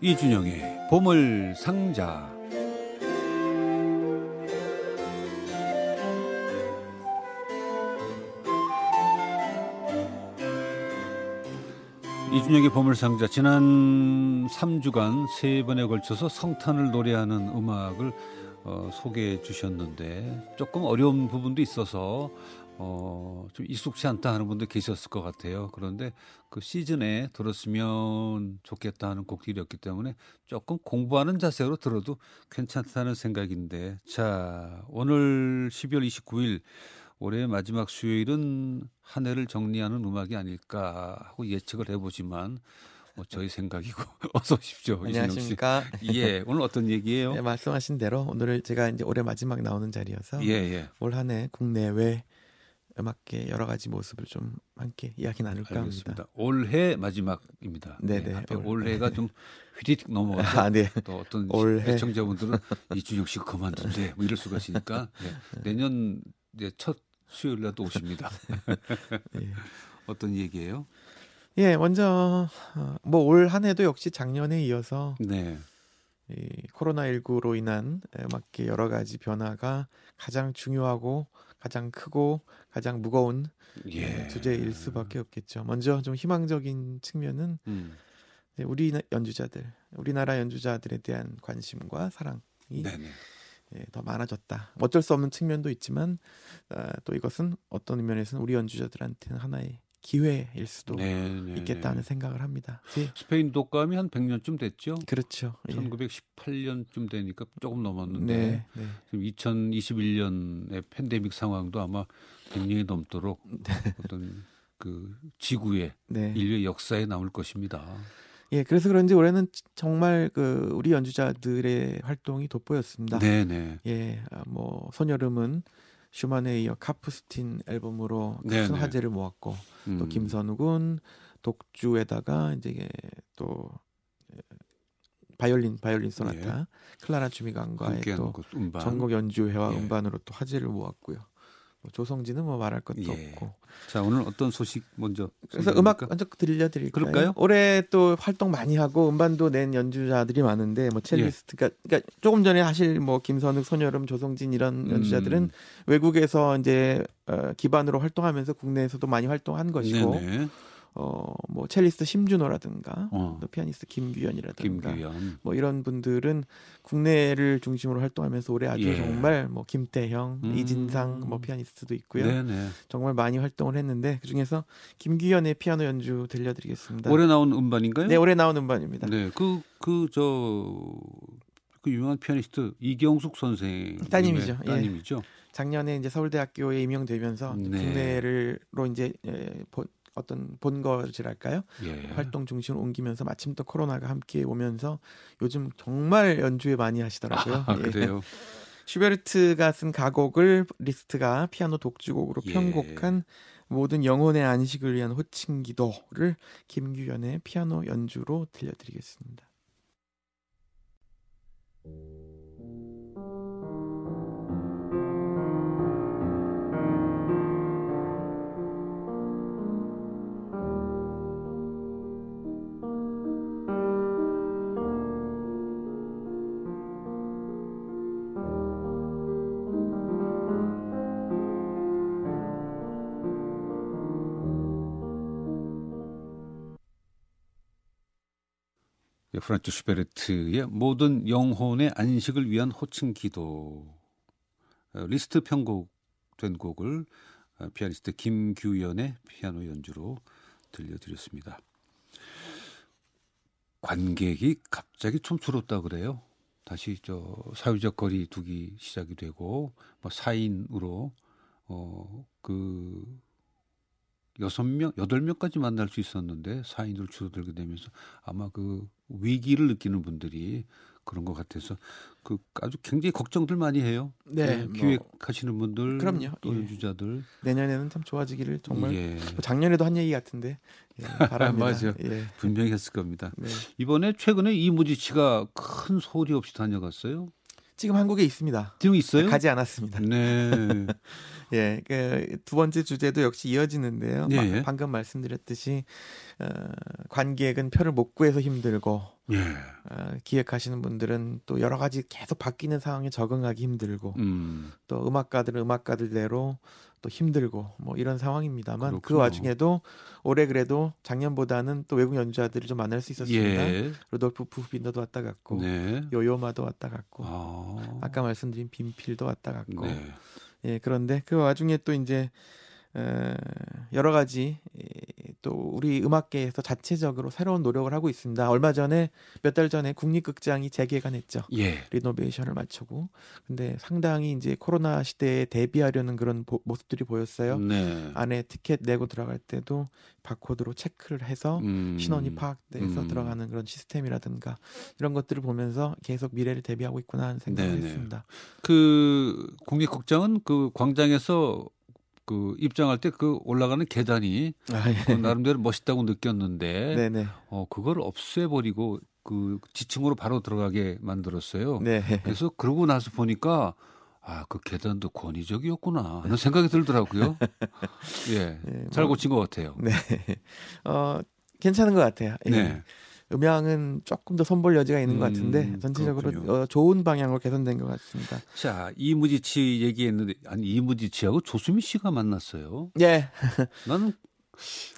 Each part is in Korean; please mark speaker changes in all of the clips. Speaker 1: 이준영의 보물 상자. 이준영의 보물상자 지난 3주간 세 번에 걸쳐서 성탄을 노래하는 음악을 어, 소개해 주셨는데 조금 어려운 부분도 있어서 어, 좀 익숙치 않다 하는 분도 계셨을 것 같아요. 그런데 그 시즌에 들었으면 좋겠다 하는 곡들이었기 때문에 조금 공부하는 자세로 들어도 괜찮다는 생각인데 자 오늘 12월 29일 올해 마지막 수요일은 한 해를 정리하는 음악이 아닐까 하고 예측을 해보지만 뭐 저희 생각이고 어서 오십시오. 이진영 씨.
Speaker 2: 안녕하십니까.
Speaker 1: 예, 오늘 어떤 얘기예요?
Speaker 2: 네, 말씀하신 대로 오늘 제가 이제 올해 마지막 나오는 자리여서
Speaker 1: 예, 예.
Speaker 2: 올 한 해 국내외 음악계 여러 가지 모습을 좀 함께 이야기 나눌까
Speaker 1: 알겠습니다.
Speaker 2: 합니다.
Speaker 1: 올해 마지막입니다.
Speaker 2: 네네.
Speaker 1: 예, 앞에
Speaker 2: 올-
Speaker 1: 올해가 좀 휘리릭 넘어가서
Speaker 2: 아, 네.
Speaker 1: 또 어떤
Speaker 2: 올해.
Speaker 1: 시청자분들은 이준혁 씨가 그만둔대 뭐 이럴 수가 있으니까 예, 내년 이제 첫 수요일 날또 오십니다.
Speaker 2: 예.
Speaker 1: 어떤 얘기예요?
Speaker 2: 예, 먼저 뭐 올 한 해도 역시 작년에 이어서
Speaker 1: 네.
Speaker 2: 이 코로나19로 인한 음악계 여러 가지 변화가 가장 중요하고 가장 크고 가장 무거운
Speaker 1: 예.
Speaker 2: 주제일 수밖에 없겠죠. 먼저 좀 희망적인 측면은
Speaker 1: 음.
Speaker 2: 이제 우리 나- 연주자들, 우리나라 연주자들에 대한 관심과 사랑이
Speaker 1: 네네.
Speaker 2: 예, 더 많아졌다. 어쩔 수 없는 측면도 있지만 아, 또 이것은 어떤 면에서는 우리 연주자들한테는 하나의 기회일 수도
Speaker 1: 네네.
Speaker 2: 있겠다는 생각을 합니다. 예,
Speaker 1: 스페인 독감이 한 100년쯤 됐죠.
Speaker 2: 그렇죠. 예.
Speaker 1: 1918년쯤 되니까 조금 넘었는데
Speaker 2: 네, 네.
Speaker 1: 지금 2021년의 팬데믹 상황도 아마 100년이 넘도록 어떤 그 지구의
Speaker 2: 네.
Speaker 1: 인류 의 역사에 남을 것입니다.
Speaker 2: 예, 그래서 그런지 올해는 지- 정말 그 우리 연주자들의 활동이 돋보였습니다.
Speaker 1: 네네.
Speaker 2: 예, 아, 뭐 소녀름은 슈만에 이어 카프스틴 앨범으로
Speaker 1: 네,
Speaker 2: 큰
Speaker 1: 네.
Speaker 2: 화제를 모았고
Speaker 1: 음.
Speaker 2: 또 김선욱은 독주에다가 이제 이게 또 예, 바이올린 바이올린 소나타 클라라 주미강과의
Speaker 1: 예. 함께하는
Speaker 2: 또
Speaker 1: 그 음반.
Speaker 2: 전국 연주회와
Speaker 1: 예.
Speaker 2: 음반으로 또 화제를 모았고요. 뭐 조성진은 뭐 말할 것도
Speaker 1: 예.
Speaker 2: 없고.
Speaker 1: 자 오늘 어떤 소식 먼저.
Speaker 2: 그래서
Speaker 1: 소개합니까?
Speaker 2: 음악 먼저 들려드릴까요?
Speaker 1: 그럴까요?
Speaker 2: 올해 또 활동 많이 하고 음반도 낸 연주자들이 많은데
Speaker 1: 예.
Speaker 2: 뭐 첼리스트가 그러니까 조금 전에 하실 뭐 김선욱, 손여름, 조성진 이런
Speaker 1: 음.
Speaker 2: 연주자들은 외국에서 이제 어, 기반으로 활동하면서 국내에서도 많이 활동한 것이고
Speaker 1: 네네.
Speaker 2: 어 뭐 첼리스트 심준호라든가
Speaker 1: 어.
Speaker 2: 또 피아니스트 김규현이라든가
Speaker 1: 김규현.
Speaker 2: 뭐 이런 분들은 국내를 중심으로 활동하면서 올해 아주
Speaker 1: 예.
Speaker 2: 정말 뭐 김태형,
Speaker 1: 음.
Speaker 2: 이진상 뭐 피아니스트도 있고요.
Speaker 1: 네네.
Speaker 2: 정말 많이 활동을 했는데 그 중에서 김규현의 피아노 연주 들려드리겠습니다.
Speaker 1: 올해 나온 음반인가요?
Speaker 2: 네 올해 나온 음반입니다.
Speaker 1: 네, 그 그 저 그 유명한 피아니스트 이경숙 선생
Speaker 2: 따님이죠. 예.
Speaker 1: 따님이죠.
Speaker 2: 작년에 이제 서울대학교에 임용되면서
Speaker 1: 네.
Speaker 2: 국내를로 이제 예, 본, 어떤 본거지랄까요?
Speaker 1: 예.
Speaker 2: 활동 중심을 옮기면서 마침 또 코로나가 함께 오면서 요즘 정말 연주에 많이 하시더라고요.
Speaker 1: 아,
Speaker 2: 예.
Speaker 1: 그래요.
Speaker 2: 슈베르트가 쓴 가곡을 리스트가 피아노 독주곡으로
Speaker 1: 예.
Speaker 2: 편곡한 모든 영혼의 안식을 위한 호칭기도를 김규현의 피아노 연주로 들려드리겠습니다.
Speaker 1: 예, 프란츠 슈베르트의 모든 영혼의 안식을 위한 호칭 기도 어, 리스트 편곡된 곡을 어, 피아니스트 김규현의 피아노 연주로 들려드렸습니다. 관객이 갑자기 촌스럽다 그래요. 다시 저 사회적 거리 두기 시작이 되고 뭐 4인으로 어, 어그 여섯 명, 여덟 명까지 만날 수 있었는데 4인으로 줄어들게 되면서 아마 그 위기를 느끼는 분들이 그런 것 같아서 그 아주 굉장히 걱정들 많이 해요.
Speaker 2: 네,
Speaker 1: 예,
Speaker 2: 뭐
Speaker 1: 기획하시는 분들,
Speaker 2: 그럼요.
Speaker 1: 또
Speaker 2: 예.
Speaker 1: 연주자들
Speaker 2: 내년에는 참 좋아지기를 정말
Speaker 1: 예,
Speaker 2: 뭐 작년에도 한 얘기 같은데 예, 바랍니다.
Speaker 1: 맞아요.
Speaker 2: 예,
Speaker 1: 분명히 했을 겁니다.
Speaker 2: 네.
Speaker 1: 이번에 최근에 이무지 씨가 큰 소리 없이 다녀갔어요.
Speaker 2: 지금 한국에 있습니다.
Speaker 1: 지금 있어요?
Speaker 2: 아, 가지 않았습니다.
Speaker 1: 네.
Speaker 2: 예, 그두 번째 주제도 역시 이어지는데요.
Speaker 1: 예,
Speaker 2: 마-
Speaker 1: 예.
Speaker 2: 방금 말씀드렸듯이 어, 관객은 표를 못 구해서 힘들고
Speaker 1: 예.
Speaker 2: 어, 기획하시는 분들은 또 여러 가지 계속 바뀌는 상황에 적응하기 힘들고
Speaker 1: 음.
Speaker 2: 또 음악가들은 음악가들대로 또 힘들고 뭐 이런 상황입니다만 그
Speaker 1: 그렇군요.
Speaker 2: 와중에도 올해 그래도 작년보다는 또 외국 연주자들을 좀 만날 수 있었습니다.
Speaker 1: 예.
Speaker 2: 루돌프 푸프빈더도 왔다 갔고
Speaker 1: 네.
Speaker 2: 요요마도 왔다 갔고
Speaker 1: 아.
Speaker 2: 아까 말씀드린 빈필도 왔다 갔고
Speaker 1: 네.
Speaker 2: 예 그런데 그 와중에 또 이제 어, 여러 가지 예, 또 우리 음악계에서 자체적으로 새로운 노력을 하고 있습니다. 얼마 전에 몇 달 전에 국립극장이 재개관했죠.
Speaker 1: 예.
Speaker 2: 리노베이션을 마치고 근데 상당히 이제 코로나 시대에 대비하려는 그런 보- 모습들이 보였어요.
Speaker 1: 네.
Speaker 2: 안에 티켓 내고 들어갈 때도 바코드로 체크를 해서
Speaker 1: 음.
Speaker 2: 신원이 파악돼서
Speaker 1: 음.
Speaker 2: 들어가는 그런 시스템이라든가 이런 것들을 보면서 계속 미래를 대비하고 있구나 하는 생각을
Speaker 1: 네네.
Speaker 2: 했습니다.
Speaker 1: 그 국립극장은 그 광장에서 그 입장할 때 그 올라가는 계단이
Speaker 2: 아,
Speaker 1: 그 나름대로 멋있다고 느꼈는데
Speaker 2: 네네.
Speaker 1: 어 그걸 없애버리고 그 지층으로 바로 들어가게 만들었어요.
Speaker 2: 네.
Speaker 1: 그래서 그러고 나서 보니까 아 그 계단도 권위적이었구나 하는 생각이 들더라고요. 예,
Speaker 2: 네,
Speaker 1: 잘
Speaker 2: 뭐,
Speaker 1: 고친 것 같아요.
Speaker 2: 네. 어 괜찮은 것 같아요. 예.
Speaker 1: 네,
Speaker 2: 음향은 조금 더 손볼 여지가 있는 것
Speaker 1: 음,
Speaker 2: 같은데 전체적으로
Speaker 1: 그렇군요.
Speaker 2: 어, 좋은 방향으로 개선된 것 같습니다.
Speaker 1: 자 이무지치 얘기했는데 아니 이무지치하고 조수미 씨가 만났어요.
Speaker 2: 예,
Speaker 1: 나는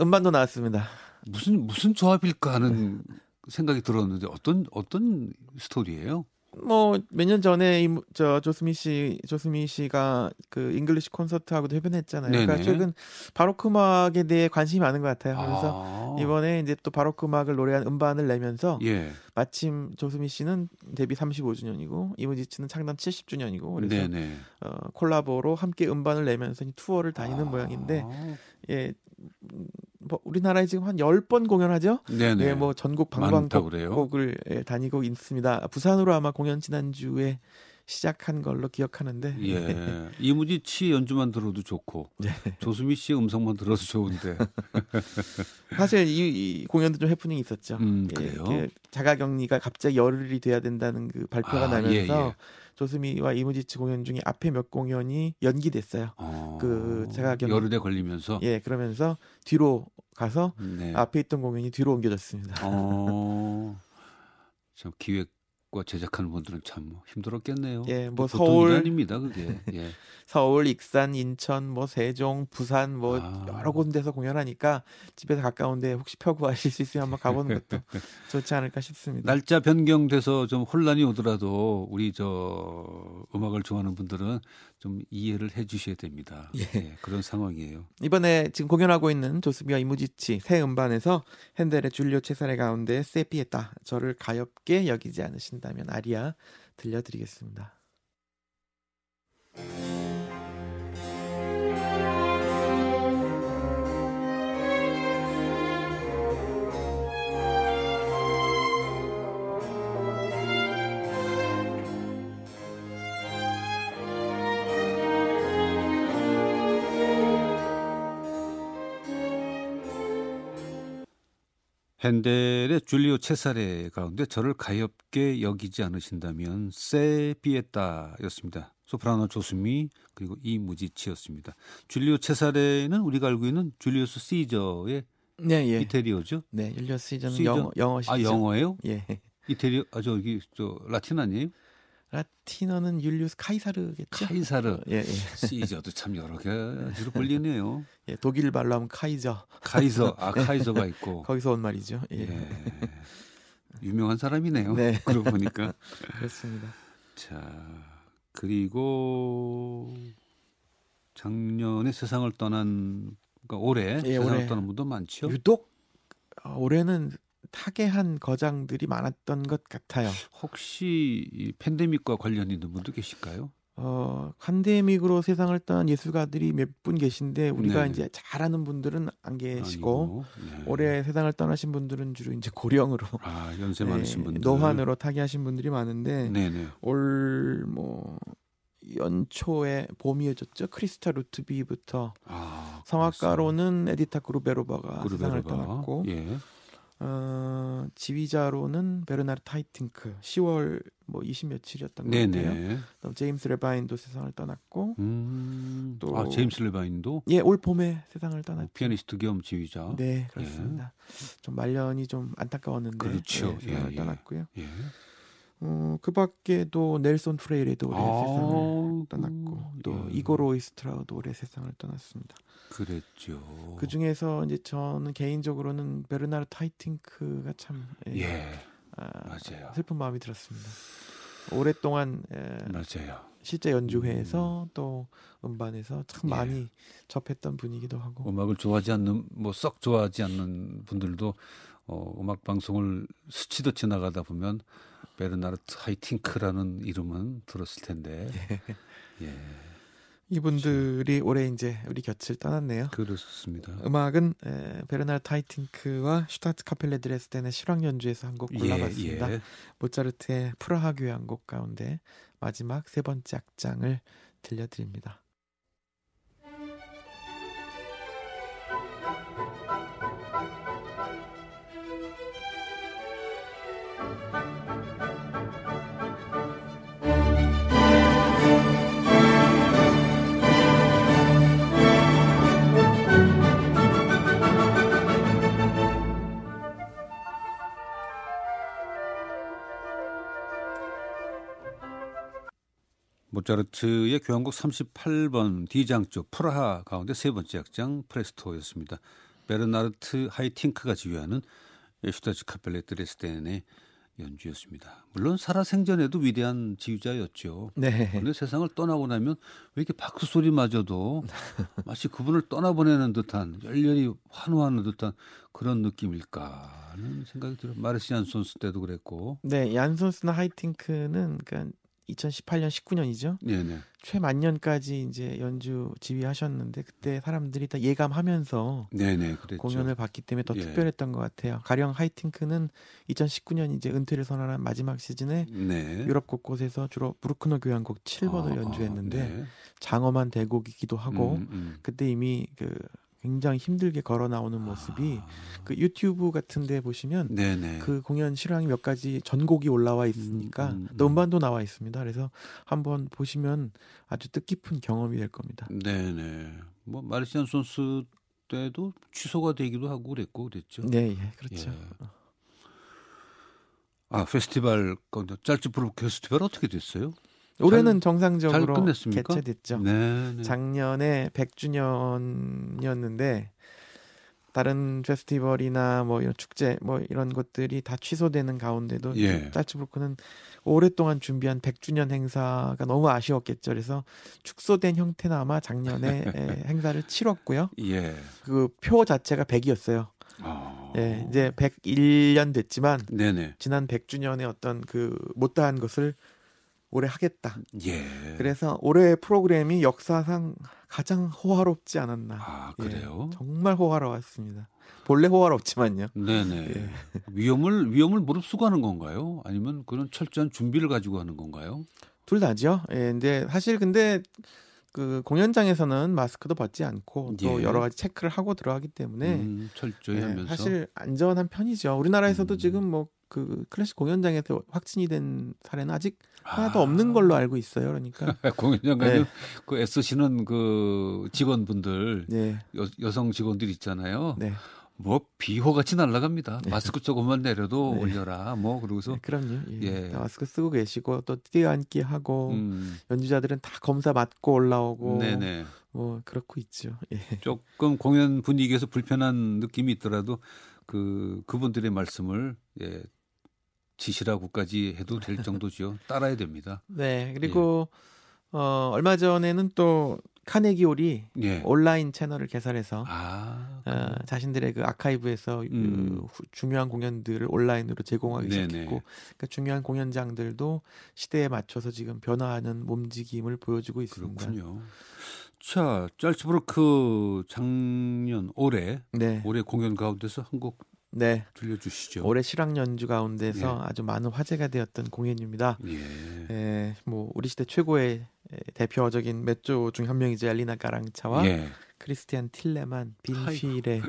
Speaker 2: 음반도 나왔습니다.
Speaker 1: 무슨 무슨 조합일까 하는 생각이 들었는데 어떤 어떤 스토리예요?
Speaker 2: 뭐 몇 년 전에 이, 무- 저 조스미 씨 조스미 씨가 그 잉글리시 콘서트하고도 협연했잖아요.
Speaker 1: 네네.
Speaker 2: 그러니까 최근 바로크 음악에 대해 관심이 많은 것 같아요. 네, 그래서
Speaker 1: 아,
Speaker 2: 이번에 이제 또 바로크 음악을 노래한 음반을 내면서
Speaker 1: 예,
Speaker 2: 마침 조스미 씨는 데뷔 35주년이고 이무지츠는 창단 70주년이고 그래서
Speaker 1: 네네.
Speaker 2: 어, 콜라보로 함께 음반을 내면서 이 투어를 다니는
Speaker 1: 아,
Speaker 2: 모양인데 예. 음, 뭐 우리나라에 지금 한 10번 공연하죠?
Speaker 1: 네네.
Speaker 2: 네, 뭐 전국
Speaker 1: 많다고 그래요?
Speaker 2: 방방곡곡을 예, 다니고 있습니다. 부산으로 아마 공연 지난 주에 시작한 걸로 기억하는데 네.
Speaker 1: 예. 이무지 치 연주만 들어도 좋고 조수미 씨의 음성만 들어도 좋은데.
Speaker 2: 사실 이, 이 공연도 좀 해프닝이 있었죠.
Speaker 1: 음,
Speaker 2: 예,
Speaker 1: 그래요.
Speaker 2: 그 자가격리가 갑자기 열흘이 돼야 된다는 그 발표가
Speaker 1: 아,
Speaker 2: 나면서
Speaker 1: 예, 예.
Speaker 2: 조수미와 이무지츠 공연 중에 앞에 몇 공연이 연기됐어요.
Speaker 1: 어,
Speaker 2: 그 제가 경-
Speaker 1: 열흘에 걸리면서
Speaker 2: 예, 아. 그러면서 뒤로 가서
Speaker 1: 네.
Speaker 2: 앞에 있던 공연이 뒤로 옮겨졌습니다.
Speaker 1: 어. 참 기획과 제작하는 분들은 참 힘들었겠네요.
Speaker 2: 예, 뭐
Speaker 1: 보통 일이
Speaker 2: 서울,
Speaker 1: 아닙니다, 그게. 예.
Speaker 2: 서울, 익산, 인천, 뭐 세종, 부산 뭐
Speaker 1: 아.
Speaker 2: 여러 곳에서 공연하니까 집에서 가까운데 혹시 펴 구하실 수 있으면 한번 가보는 것도 좋지 않을까 싶습니다.
Speaker 1: 날짜 변경돼서 좀 혼란이 오더라도 우리 저 음악을 좋아하는 분들은 좀 이해를 해 주셔야 됩니다. 예. 그런 상황이에요.
Speaker 2: 이번에 지금 공연하고 있는 조스비와 이무지치 새 음반에서 핸델의 줄리오 체사레 가운데 세피에타 저를 가엽게 여기지 않으신다면 아리아 들려드리겠습니다.
Speaker 1: 핸델의 줄리오 체사레 가운데 저를 가엽게 여기지 않으신다면 세비에타였습니다. 소프라노 조수미 그리고 이무지치였습니다. 줄리오 체사레는 우리가 알고 있는 줄리우스 시저의
Speaker 2: 네, 예.
Speaker 1: 이태리어죠?
Speaker 2: 네, 율리오 시저는
Speaker 1: 시저?
Speaker 2: 영어 영어시죠.
Speaker 1: 아 영어예요?
Speaker 2: 예.
Speaker 1: 이태리어 아 저기 저 라틴 아니에요?
Speaker 2: 라틴어는 율리우스 카이사르겠죠.
Speaker 1: 카이사르
Speaker 2: 예, 예.
Speaker 1: 시저도 참 여러 가지로 불리네요.
Speaker 2: 예, 독일 말로 하면 카이저.
Speaker 1: 카이서 아 카이서가 있고
Speaker 2: 네. 거기서 온 말이죠. 어. 예.
Speaker 1: 예. 유명한 사람이네요.
Speaker 2: 네.
Speaker 1: 그러고 보니까
Speaker 2: 그렇습니다.
Speaker 1: 자 그리고 작년에 세상을 떠난 그러니까 올해
Speaker 2: 예,
Speaker 1: 세상을
Speaker 2: 올해.
Speaker 1: 떠난 분도 많죠.
Speaker 2: 유독 어, 올해는 타계한 거장들이 많았던 것 같아요.
Speaker 1: 혹시 이 팬데믹과 관련 있는 분도 계실까요?
Speaker 2: 어, 칸데믹으로 세상을 떠난 예술가들이 몇 분 계신데 우리가
Speaker 1: 네.
Speaker 2: 이제 잘 아는 분들은 안 계시고
Speaker 1: 아니고, 네.
Speaker 2: 올해 세상을 떠나신 분들은 주로 이제 고령으로
Speaker 1: 아 연세
Speaker 2: 네,
Speaker 1: 많으신 분들
Speaker 2: 노환으로 타계하신 분들이 많은데
Speaker 1: 네네
Speaker 2: 올 뭐 연초에 봄이어졌죠. 크리스타 루트비부터
Speaker 1: 아
Speaker 2: 성악가로는 에디타 그루베로바가
Speaker 1: 그룹에다가.
Speaker 2: 세상을 떠났고
Speaker 1: 예.
Speaker 2: 어, 지휘자로는 베르나르 타이팅크 10월 뭐20 며칠이었던 것 같아요.
Speaker 1: 네네.
Speaker 2: 그다음 제임스 레바인도 세상을 떠났고
Speaker 1: 음.
Speaker 2: 또- 네.
Speaker 1: 아 제임스 레바인도
Speaker 2: 예 올 봄에 세상을 떠났죠.
Speaker 1: 피아니스트 겸 지휘자.
Speaker 2: 네 그렇습니다. 좀 말년이 좀 안타까웠는데
Speaker 1: 예. 그렇죠.
Speaker 2: 예, 세상을
Speaker 1: 예, 예.
Speaker 2: 떠났고요.
Speaker 1: 예.
Speaker 2: 어, 그 밖에도 넬손 프레이레도 올해
Speaker 1: 아우,
Speaker 2: 세상을 떠났고 또
Speaker 1: 예.
Speaker 2: 이고로 오이스트라도 올해 세상을 떠났습니다.
Speaker 1: 그랬죠.
Speaker 2: 그 중에서 이제 저는 개인적으로는 베르나르 타이팅크가 참 예,
Speaker 1: 예.
Speaker 2: 아,
Speaker 1: 맞아요.
Speaker 2: 슬픈 마음이 들었습니다. 오랫동안 에,
Speaker 1: 음. 맞아요.
Speaker 2: 실제
Speaker 1: 음.
Speaker 2: 연주회에서 또 음반에서 참 많이 접했던 분이기도 하고
Speaker 1: 예. 음악을 좋아하지 않는 뭐 썩 좋아하지 않는 분들도 어, 음악 방송을 스치듯 지나가다 보면 베르나르트 하이팅크라는 이름은 들었을 텐데. 예.
Speaker 2: 이분들이 올해 이제 우리 곁을 떠났네요.
Speaker 1: 그렇습니다.
Speaker 2: 어, 음악은 에, 베르나르 타이팅크와 슈타트 카펠레 드레스덴의 실황 연주에서 한 곡 골라봤습니다.
Speaker 1: 예, 예.
Speaker 2: 모차르트의 프라하 교향곡 가운데 마지막 세 번째 악장을 들려드립니다.
Speaker 1: 모차르트의 교향곡 38번 D장조 프라하 가운데 세 번째 악장 프레스토였습니다. 베르나르트 하이팅크가 지휘하는 슈타츠 카펠레 드레스덴의 연주였습니다. 물론 살아생전에도 위대한 지휘자였죠.
Speaker 2: 네.
Speaker 1: 근데 세상을 떠나고 나면 왜 이렇게 박수 소리마저도 마치 그분을 떠나보내는 듯한 열렬히 환호하는 듯한 그런 느낌일까 하는 생각이 들어요. 마르시안 손스 때도 그랬고.
Speaker 2: 네, 얀손스나 하이팅크는 그러니까 2018년 19년이죠.
Speaker 1: 네네.
Speaker 2: 최만년까지 이제 연주 지휘하셨는데 그때 사람들이 다 예감하면서
Speaker 1: 네네. 그랬죠.
Speaker 2: 공연을 봤기 때문에 더
Speaker 1: 그렇죠. 예.
Speaker 2: 특별했던 것 같아요. 가령 하이팅크는 2019년 이제 은퇴를 선언한 마지막 시즌에
Speaker 1: 네.
Speaker 2: 유럽 곳곳에서 주로 브루크너 교향곡 7번을
Speaker 1: 아, 아,
Speaker 2: 연주했는데
Speaker 1: 네.
Speaker 2: 장엄한 대곡이기도 하고
Speaker 1: 음, 음.
Speaker 2: 그때 이미 그 굉장히 힘들게 걸어 나오는 모습이
Speaker 1: 아,
Speaker 2: 그 유튜브 같은데 보시면
Speaker 1: 네네.
Speaker 2: 그 공연 실황이 몇 가지 전곡이 올라와 있으니까
Speaker 1: 음, 음.
Speaker 2: 또 음반도 나와 있습니다. 그래서 한번 보시면 아주 뜻깊은 경험이 될 겁니다.
Speaker 1: 네네. 뭐 마르시안 손스 때도 취소가 되기도 하고 그랬고 그랬죠.
Speaker 2: 네, 예, 그렇죠.
Speaker 1: 예. 아 페스티벌 건데 짤집 브룩 페스티벌 어떻게 됐어요?
Speaker 2: 올해는
Speaker 1: 예. 잘
Speaker 2: 정상적으로
Speaker 1: 끝냈습니까?
Speaker 2: 개최됐죠.
Speaker 1: 네네.
Speaker 2: 작년에 100주년이었는데 다른 페스티벌이나 뭐 이런 축제 뭐 이런 것들이 다 취소되는 가운데도
Speaker 1: 예.
Speaker 2: 짜츠부르크는 오랫동안 준비한 100주년 행사가 너무 아쉬웠겠죠. 그래서 축소된 형태는 아마 작년에 예, 행사를 치렀고요.
Speaker 1: 예.
Speaker 2: 그 표 자체가 100이었어요.
Speaker 1: 아.
Speaker 2: 예, 이제 101년 됐지만
Speaker 1: 네네.
Speaker 2: 지난 100주년의 어떤 그 못다한 것을 올해 하겠다.
Speaker 1: 예.
Speaker 2: 그래서 올해의 프로그램이 역사상 가장 호화롭지 않았나.
Speaker 1: 아
Speaker 2: 예,
Speaker 1: 그래요?
Speaker 2: 정말 호화로웠습니다. 본래 호화롭지만요.
Speaker 1: 네네.
Speaker 2: 예.
Speaker 1: 위험을 위험을 무릅쓰고 하는 건가요? 아니면 그런 철저한 준비를 가지고 하는 건가요?
Speaker 2: 둘 다죠. 예, 근데 사실 근데 그 공연장에서는 마스크도 벗지 않고 또
Speaker 1: 예.
Speaker 2: 여러 가지 체크를 하고 들어가기 때문에
Speaker 1: 음, 철저히
Speaker 2: 예,
Speaker 1: 하면서.
Speaker 2: 사실 안전한 편이죠. 우리나라에서도
Speaker 1: 음.
Speaker 2: 지금 뭐 그 클래식 공연장에서 확진이 된 사례는 아직
Speaker 1: 아.
Speaker 2: 하나도 없는 걸로 알고 있어요. 그러니까
Speaker 1: 공연장 가면
Speaker 2: 네.
Speaker 1: 아, 그 애쓰시는 그 직원분들
Speaker 2: 네,
Speaker 1: 여, 성 직원들 있잖아요.
Speaker 2: 네,
Speaker 1: 뭐 비호같이 날아갑니다. 마스크 조금만 내려도
Speaker 2: 네.
Speaker 1: 올려라. 뭐 그러고서
Speaker 2: 네, 그럼요. 예.
Speaker 1: 예.
Speaker 2: 다 마스크 쓰고 계시고 또 뛰어앉기 하고
Speaker 1: 음,
Speaker 2: 연주자들은 다 검사 맞고 올라오고
Speaker 1: 네네
Speaker 2: 뭐 그렇고 있죠. 예.
Speaker 1: 조금 공연 분위기에서 불편한 느낌이 있더라도 그 그분들의 말씀을 예, 지시라고까지 해도 될 정도죠. 따라야 됩니다.
Speaker 2: 네,
Speaker 1: 예.
Speaker 2: 그리고 어 얼마 전에는 또 카네기홀이
Speaker 1: 예.
Speaker 2: 온라인 채널을 개설해서
Speaker 1: 아
Speaker 2: 어, 자신들의 그 아카이브에서
Speaker 1: 음.
Speaker 2: 그 후- 중요한 공연들을 온라인으로 제공하기
Speaker 1: 네네.
Speaker 2: 시작했고 그러니까 중요한 공연장들도 시대에 맞춰서 지금 변화하는 몸지김을 보여주고 있습니다.
Speaker 1: 그렇군요. 자, 짤츠브르크 작년 올해
Speaker 2: 네,
Speaker 1: 올해 공연 가운데서 한 곡
Speaker 2: 네.
Speaker 1: 들려주시죠. 네.
Speaker 2: 올해 실황 연주 가운데서 아주 많은 화제가 되었던 공연입니다.
Speaker 1: 예.
Speaker 2: 예, 뭐 우리 시대 최고의 예, 대표적인 맷조 중 한 명이죠 엘리나 가랑차와
Speaker 1: 예.
Speaker 2: 크리스티안 틸레만, 빈필의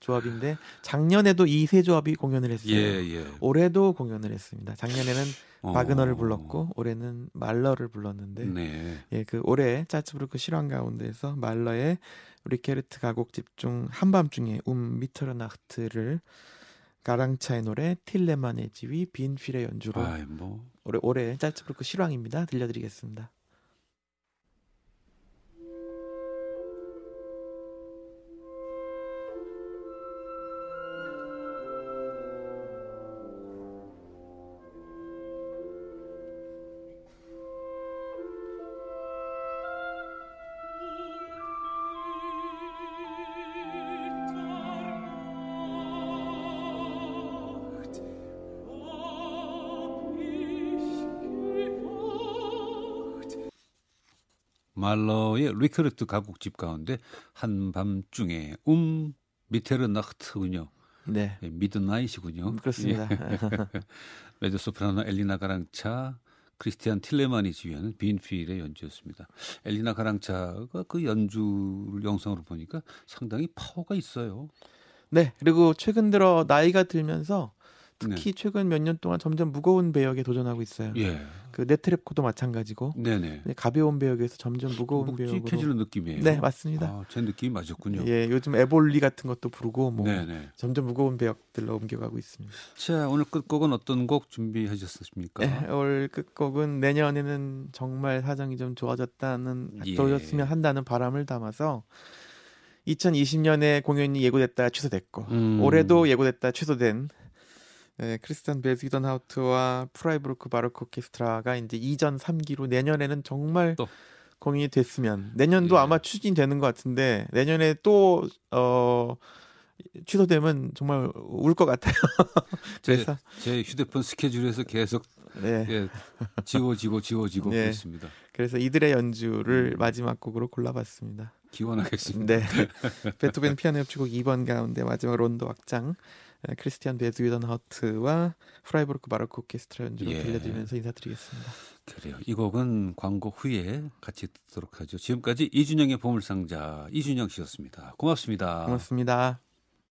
Speaker 2: 조합인데 작년에도 이 세 조합이 공연을 했어요.
Speaker 1: 예.
Speaker 2: 올해도 공연을 했습니다. 작년에는
Speaker 1: 어.
Speaker 2: 바그너를 불렀고 올해는 말러를 불렀는데
Speaker 1: 네.
Speaker 2: 예, 그 올해 짜츠부르크 실황 가운데에서 말러의 리케르트 가곡 집중 한밤중에 움 미터르나흐트를 가랑차의 노래 틸레만의 지휘 빈필의 연주로
Speaker 1: 아이 뭐
Speaker 2: 올해 올해 짜츠부르크 실황입니다. 들려드리겠습니다.
Speaker 1: 말러의 리크르트 가곡집 가운데 한밤중에 움 미테르 나흐트군요.
Speaker 2: 네.
Speaker 1: 예, 미드나잇이군요.
Speaker 2: 음, 그렇습니다.
Speaker 1: 예. 레드 소프라노 엘리나 가랑차, 크리스티안 틸레만이 지휘하는 빈필의 연주였습니다. 엘리나 가랑차가 그 연주를 영상으로 보니까 상당히 파워가 있어요.
Speaker 2: 네. 그리고 최근 들어 나이가 들면서 특히 최근 몇 년 동안 점점 무거운 배역에 도전하고 있어요.
Speaker 1: 네. 예.
Speaker 2: 그 네트랩코도 마찬가지고
Speaker 1: 네네.
Speaker 2: 네, 가벼운 배역에서 점점 무거운 배역으로
Speaker 1: 묵직해지는 느낌이에요.
Speaker 2: 네, 맞습니다.
Speaker 1: 아, 제 느낌이 맞았군요.
Speaker 2: 예, 요즘 에볼리 같은 것도 부르고 뭐
Speaker 1: 네네.
Speaker 2: 점점 무거운 배역들로 옮겨가고 있습니다.
Speaker 1: 자, 오늘 끝곡은 어떤 곡 준비하셨습니까?
Speaker 2: 네, 올 끝곡은 내년에는 정말 사정이 좀 좋아졌다는
Speaker 1: 예.
Speaker 2: 좋아졌으면 한다는 바람을 담아서 2020년에 공연이 예고됐다 취소됐고
Speaker 1: 음.
Speaker 2: 올해도 예고됐다 취소된 예, 크리스탄 베스기던 하우트와 프라이브루크 바르크 오케스트라가 이제 이전 3기로 내년에는 정말
Speaker 1: 또.
Speaker 2: 공연이 됐으면 내년도
Speaker 1: 예.
Speaker 2: 아마 추진되는 것 같은데 내년에 또 어, 취소되면 정말 울 것 같아요.
Speaker 1: 제,
Speaker 2: 그래서
Speaker 1: 제 휴대폰 스케줄에서 계속
Speaker 2: 네.
Speaker 1: 예, 지워지고 지워지고
Speaker 2: 네.
Speaker 1: 그렇습니다.
Speaker 2: 그래서 이들의
Speaker 1: 음.
Speaker 2: 연주를 마지막 곡으로 골라봤습니다.
Speaker 1: 기원하겠습니다.
Speaker 2: 네. 베토벤 피아노 협주곡 2번 가운데 마지막 론도 악장 에, 크리스티안 베스위던 하우트와 프라이부르크 바르크 오케스트라 연주로
Speaker 1: 예.
Speaker 2: 들려드리면서 인사드리겠습니다.
Speaker 1: 그래요. 이 곡은 광고 후에 같이 듣도록 하죠. 지금까지 이준영의 보물상자 이준영 씨였습니다. 고맙습니다.
Speaker 2: 고맙습니다.